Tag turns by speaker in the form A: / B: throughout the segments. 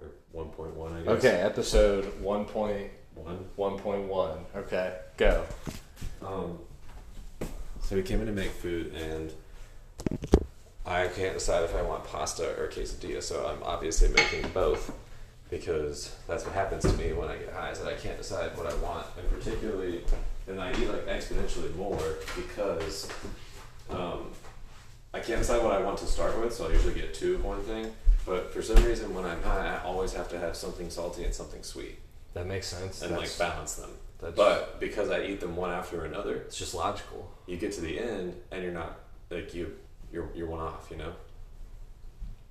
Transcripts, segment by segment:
A: or one point one, I guess.
B: Okay, episode one point
A: One.
B: one point one. Okay, go.
A: Um, so we came in to make food, and I can't decide if I want pasta or quesadilla. So I'm obviously making both because that's what happens to me when I get high. Is that I can't decide what I want, and particularly, and I eat like exponentially more because um, I can't decide what I want to start with. So I usually get two of one thing. But for some reason, when I'm high, I always have to have something salty and something sweet
C: That makes sense.
A: and
C: That's-
A: like balance them.
C: that's-
A: But because I eat them one after another,
C: it's just logical.
A: you get to the end and you're not like you you're you're one off, you know?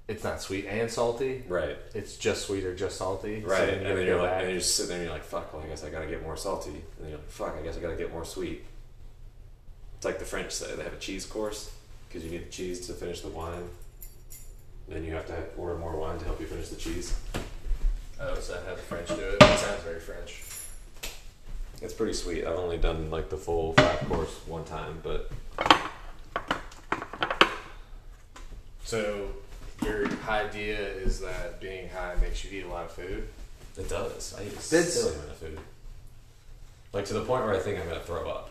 C: It's not sweet and salty.
A: Right.
C: It's just sweet or just salty. So
A: Right.
C: then
A: and
C: you
A: then
C: go
A: you're like
C: back.
A: and you're just sitting there and you're like, fuck, well I guess I gotta get more salty. And then you're like, fuck, I guess I gotta get more sweet. It's like the French say, they have a cheese course because you need the cheese to finish the wine. Then you have to have- order more wine to help you finish the cheese.
C: oh, is that how the French do it? It sounds very French.
A: It's pretty sweet. I've only done like the full five course one time, but
C: So your idea is that being high makes you eat a lot of food.
A: It does. I eat a
C: That's-
A: silly amount of food. Like to the point where I think I'm gonna throw up.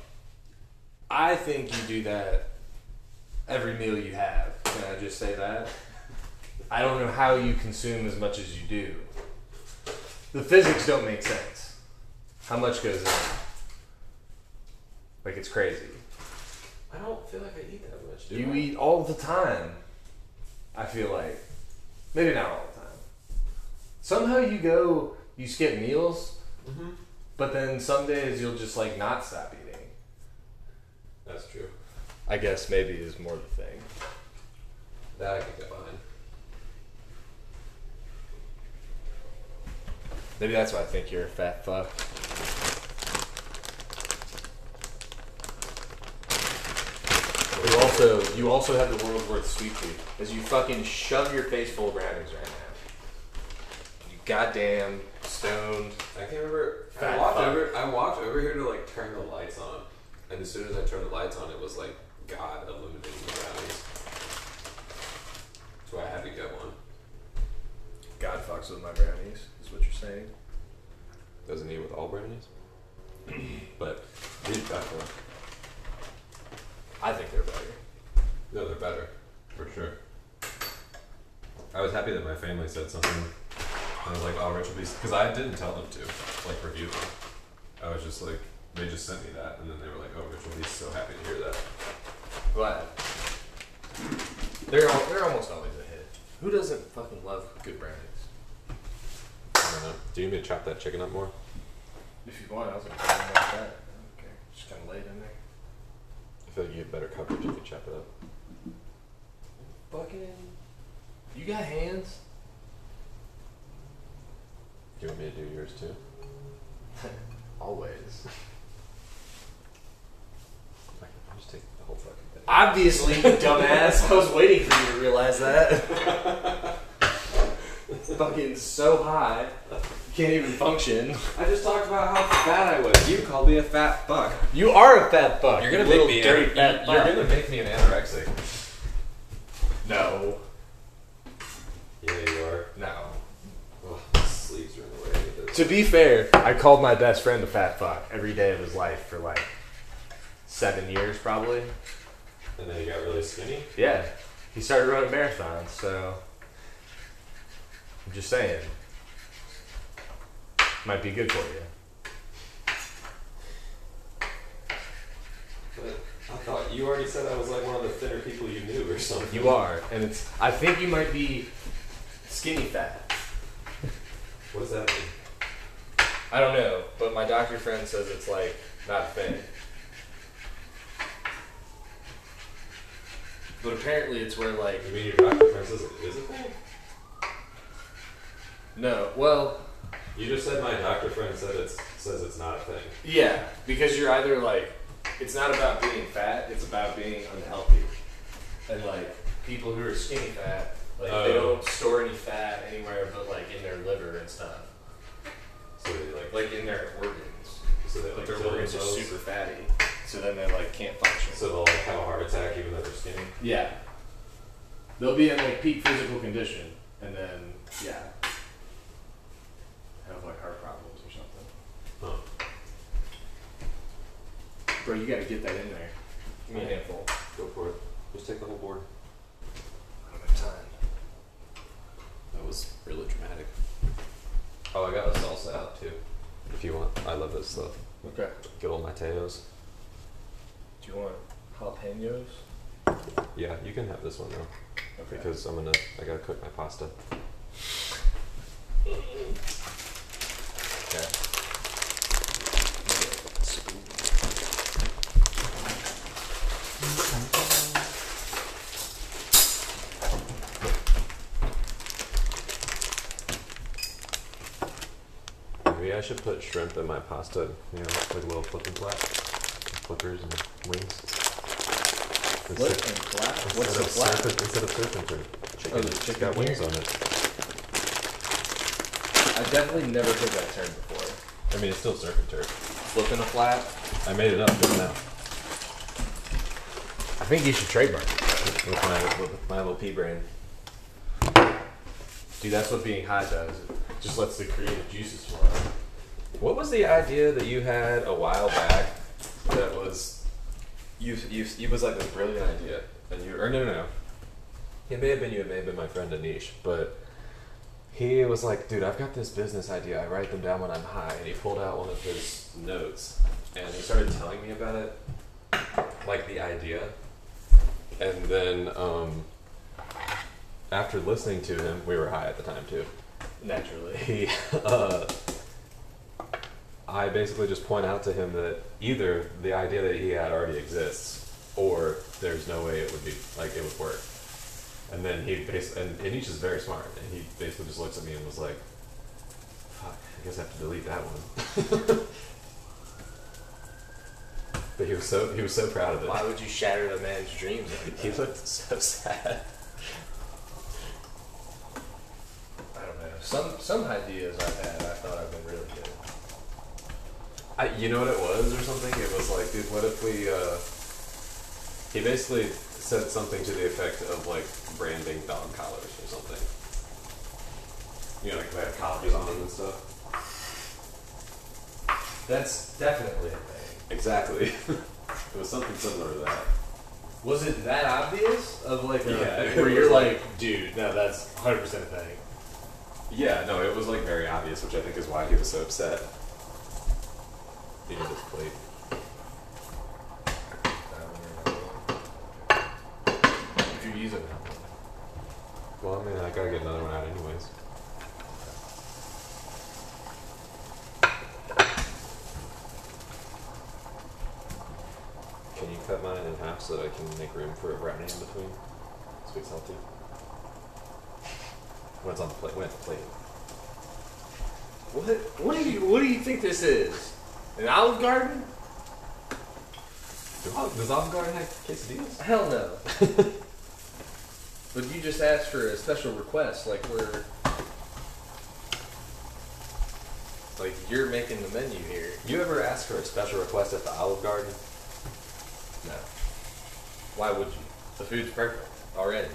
C: I think you do that every meal you have. Can I just say that? I don't know how you consume as much as you do. The physics don't make sense. How much goes in? Like it's crazy.
A: I don't feel like I eat that much.
C: You eat all the time. I feel like maybe not all the time. Somehow you go, you skip meals,
A: Mm-hmm.
C: but then some days you'll just like not stop eating.
A: That's true.
C: I guess maybe is more the thing.
A: That I could get behind.
C: Maybe that's why I think you're a fat fuck. You also you also have the world's worst sweet tooth as you fucking shove your face full of brownies right now. You goddamn stoned.
A: I can't remember. I
C: Fat
A: walked
C: fuck.
A: over. I walked over here to like turn the lights on, and as soon as I turned the lights on, it was like God illuminating the brownies. So I had to get one.
C: God fucks with my brownies is what you're saying.
A: Doesn't eat with all brownies. but these better.
C: I think they're better.
A: No, they're better for sure. I was happy that my family said something. I was like, "Oh, Rachel, please," because I didn't tell them to like review them. I was just like, they just sent me that, and then they were like, "Oh, Rachel, please, so happy to hear that."
C: Glad. They're al- they're almost always a hit. Who doesn't fucking love good brownies?
A: I don't know. Do you need me to chop that chicken up more?
C: If you want, I was gonna put them like that. I don't care. Just kind of lay it in there.
A: I feel like you get better coverage if you chop it up.
C: Fucking. You got hands?
A: Do you want me to do yours too?
C: Always.
A: I can just take the whole fucking thing.
C: Obviously, you dumbass. I was waiting for you to realize that. Fucking so high, you can't even function.
A: I just talked about how fat I was. You called me a fat fuck.
C: You are a fat fuck.
A: You're gonna
C: you
A: make
C: little
A: me
C: dirty
A: an-
C: fat
A: You're
C: fuck.
A: gonna make me an anorexic.
C: No,
A: Yeah, you are.
C: no.
A: Oh, my sleeves are in the way. I need to-
C: To be fair, I called my best friend a fat fuck every day of his life for like seven years, probably.
A: And then you got really skinny.
C: Yeah, he started running marathons, so I'm just saying, might be good for you.
A: But I thought you already said I was like one of the thinner people you knew or something.
C: You are, and it's. I think you might be skinny fat.
A: What does that mean?
C: I don't know, but my doctor friend says it's like not thin. But apparently, it's where like
A: You mean your doctor friend says it is a thing?
C: no. Well,
A: You just said my doctor friend said it's says it's not a thing.
C: yeah, because you're either like, it's not about being fat; it's about being unhealthy. And like people who are skinny fat, like they
A: Oh.
C: don't store any fat anywhere but like in their liver and stuff,
A: So they like,
C: like in their organs.
A: so they like
C: Like their
A: kill
C: organs are
A: themselves.
C: super fatty, so then they like can't function.
A: So they'll like have a heart attack even though they're skinny.
C: yeah, they'll be in like peak physical condition, and then yeah,
B: Bro, you gotta get that in there.
C: Give me a handful.
A: Go for it. Just take the whole board.
C: I don't have time.
A: That was really dramatic. Oh, I got a salsa out too. If you want, I love this stuff.
B: Okay.
A: Good old Mateos.
B: Do you want jalapenos?
A: Yeah, you can have this one though,
B: Okay.
A: because I'm gonna. I gotta cook my pasta.
B: Okay.
A: Maybe I should put shrimp in my pasta. You know, like a little flip and flap, flippers and wings.
B: Flip
A: Instead,
B: and flap.
A: instead
B: What's the
A: of
B: flap?
A: serpent- instead of serpentine, chicken.
B: Oh, the chicken
A: got wings
B: wing.
A: on it.
B: I've definitely never heard that term before.
A: I mean, it's still serpentine.
B: Flipping a flap.
A: I made it up just now
B: I think you should trademark. it.
A: with my with my little pea brain.
C: Dude, that's what being high does. It just lets the creative juices flow.
A: What was the idea that you had a while back that was you you it was like this brilliant idea and you or no no no. It may have been you, it may have been my friend Anish, but he was like, dude, I've got this business idea. I write them down when I'm high. And he pulled out one of his notes and he started telling me about it, like the idea. And then um, after listening to him, we were high at the time too
B: Naturally.
A: he uh, I basically just point out to him that either the idea that he had already exists or there's no way it would be like it would work. And then he basically and Anish is very smart and he basically just looks at me and was like, Fuck, I guess I have to delete that one. but he was so he was so proud of it.
B: Why would you shatter the man's dreams? Like
A: He
B: that?
A: looked so sad.
B: I don't know.
C: Some some ideas I've had, I thought I've been really good.
A: I, you know what it was or something? It was like, dude, what if we? Uh, he basically said something to the effect of like branding dog collars or something. You know, like they have collars on them and stuff.
C: That's definitely a thing.
A: Exactly. it was something similar to that.
C: Was it that obvious? Of like, a,
A: Yeah, it
C: where you're
A: was
C: like, dude, no, that's 100 percent a thing.
A: Yeah, no, it was like very obvious, which I think is why he was so upset. He just played.
C: I don't remember. If you're using that one.
A: Well, I mean, I gotta get another one out anyways. Can you cut mine in half so I can make room for a brownie in between? Sweet salty. When it's on the plate. When it's on the
B: What?
A: plate.
C: What do you What do you think this is? An Olive Garden?
A: Do Ol- Does Olive Garden have quesadillas?
C: Hell no. but you just asked for a special request, like we're like you're making the menu here.
A: You ever ask for a special request at the Olive Garden?
C: No. Why would you? The food's perfect already.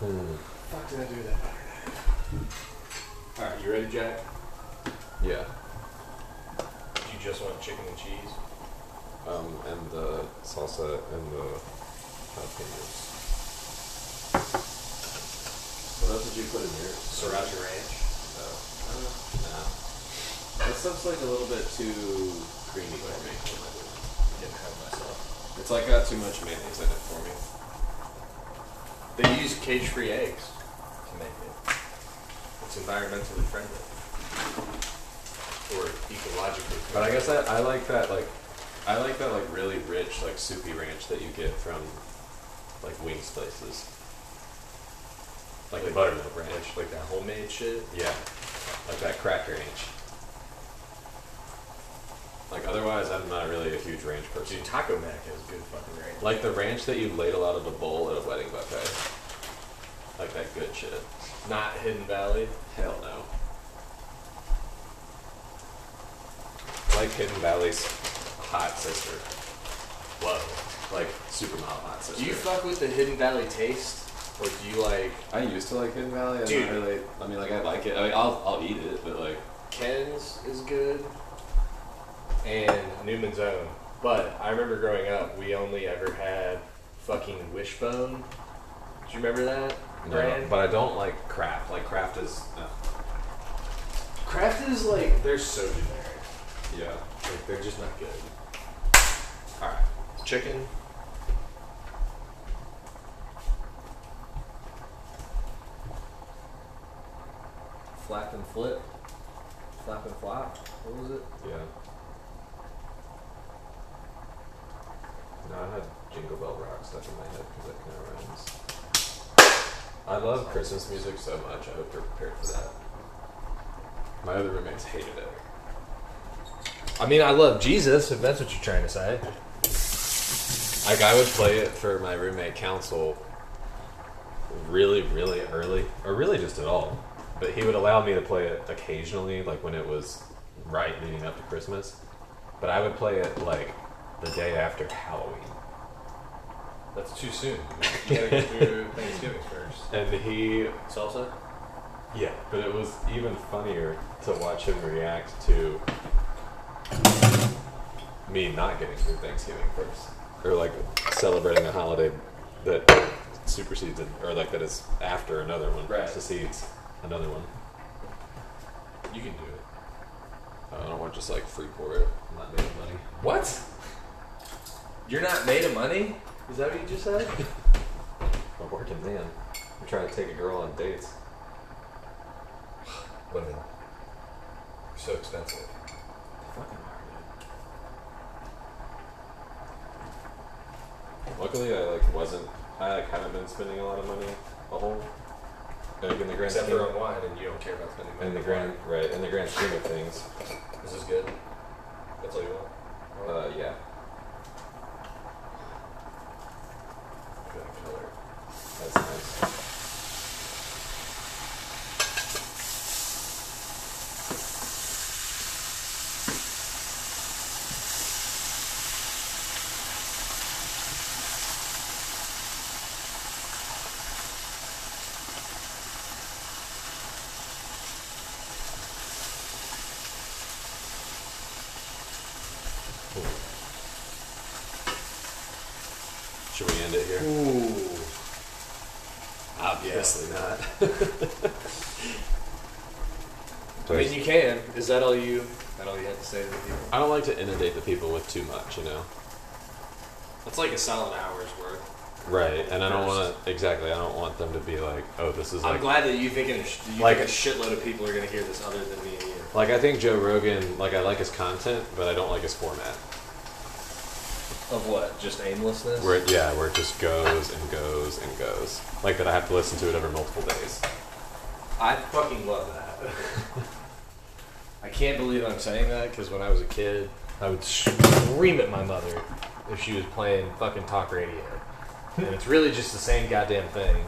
A: Hmm.
C: Fuck did I do that? Alright, you ready, Jack?
A: Yeah.
C: You just want chicken and cheese?
A: Um, and the salsa and the jalapenos. What else did you put in here?
C: Sriracha ranch.
A: Oh. Nah. This stuff's like a little bit too creamy for me.
C: Didn't have myself.
A: It's like got too much mayonnaise in it for me.
C: They use cage free eggs to make it. It's environmentally friendly. Or ecologically friendly.
A: But I guess I, I like that like I like that like really rich like soupy ranch that you get from like wings places. Like the buttermilk ranch.
C: Like, like that homemade shit.
A: Yeah, like that crack range. Like otherwise, I'm not really a huge ranch person.
C: Dude, Taco Mac has good fucking ranch.
A: Like the ranch that you ladle out of the bowl at a wedding buffet. Like that good shit.
C: Not Hidden Valley.
A: Hell no. Like Hidden Valley's hot sister.
C: Whoa.
A: like super mild hot sauce.
C: Do you fuck with the Hidden Valley taste, or do you like
A: I used to like Hidden Valley. I'm
C: Dude.
A: not really. I mean, like I like it. I mean, I'll I'll eat it, but like
C: Ken's is good and Newman's Own. But I remember growing up, we only ever had fucking Wishbone. Do you remember that
A: no.
C: brand?
A: But I don't like Kraft. Like Kraft is no.
C: Kraft is like they're so generic.
A: yeah.
C: Like they're just not good.
A: All right.
C: Chicken. Flap and flip. Flap and flop. What was it?
A: Yeah. No, I had Jingle Bell Rock stuck in my head because that kind of rhymes. I love Christmas music so much. I hope you're prepared for that. My other roommates hated it.
C: I mean, I love Jesus, if that's what you're trying to say.
A: Like I would play it for my roommate council really, really early, or really just at all. But he would allow me to play it occasionally, like when it was right leading up to Christmas. But I would play it like the day after Halloween.
C: That's too soon. You gotta get through Thanksgiving first.
A: And he,
C: Salsa?
A: yeah, but it was even funnier to watch him react to me not getting through Thanksgiving first, or like celebrating a holiday that supersedes it, or like that is after another one,
C: Right.
A: succeeds another one.
C: You can do it.
A: I don't want just like free pour it. I'm not making money.
C: What? You're not made of money? Is that what you just said?
A: I'm a working man. I'm trying to take a girl on dates.
C: Women. So expensive.
A: Fucking Luckily, I like wasn't. I like haven't been spending a lot of money. A whole like in the grand
C: Except
A: scheme,
C: for on wine, and you don't care about spending money.
A: in the grand right in the grand scheme of things.
C: This is good. That's all you want.
A: Uh, yeah.
C: Good color.
A: That's nice. Cool. Should we end it here?
C: Ooh.
A: Obviously not.
C: I mean, you can. Is that all you? That all you had to say to the people?
A: I don't like to inundate the people with too much, you know.
C: That's like a solid hour's worth.
A: Right, and I don't want to exactly. I don't want them to be like, oh, this is
C: I'm
A: like.
C: glad that you think a, sh- you
A: Like
C: think
A: a-
C: a shitload of people are gonna hear this other than me and you.
A: Like I think Joe Rogan. Like I like his content, but I don't like his format.
C: Of what? Just aimlessness?
A: Where it, yeah, where it just goes and goes and goes. Like that, I have to listen to it over multiple days.
C: I fucking love that. I can't believe I'm saying that because when I was a kid, I would scream at my mother if she was playing fucking talk radio. And it's really just the same goddamn thing.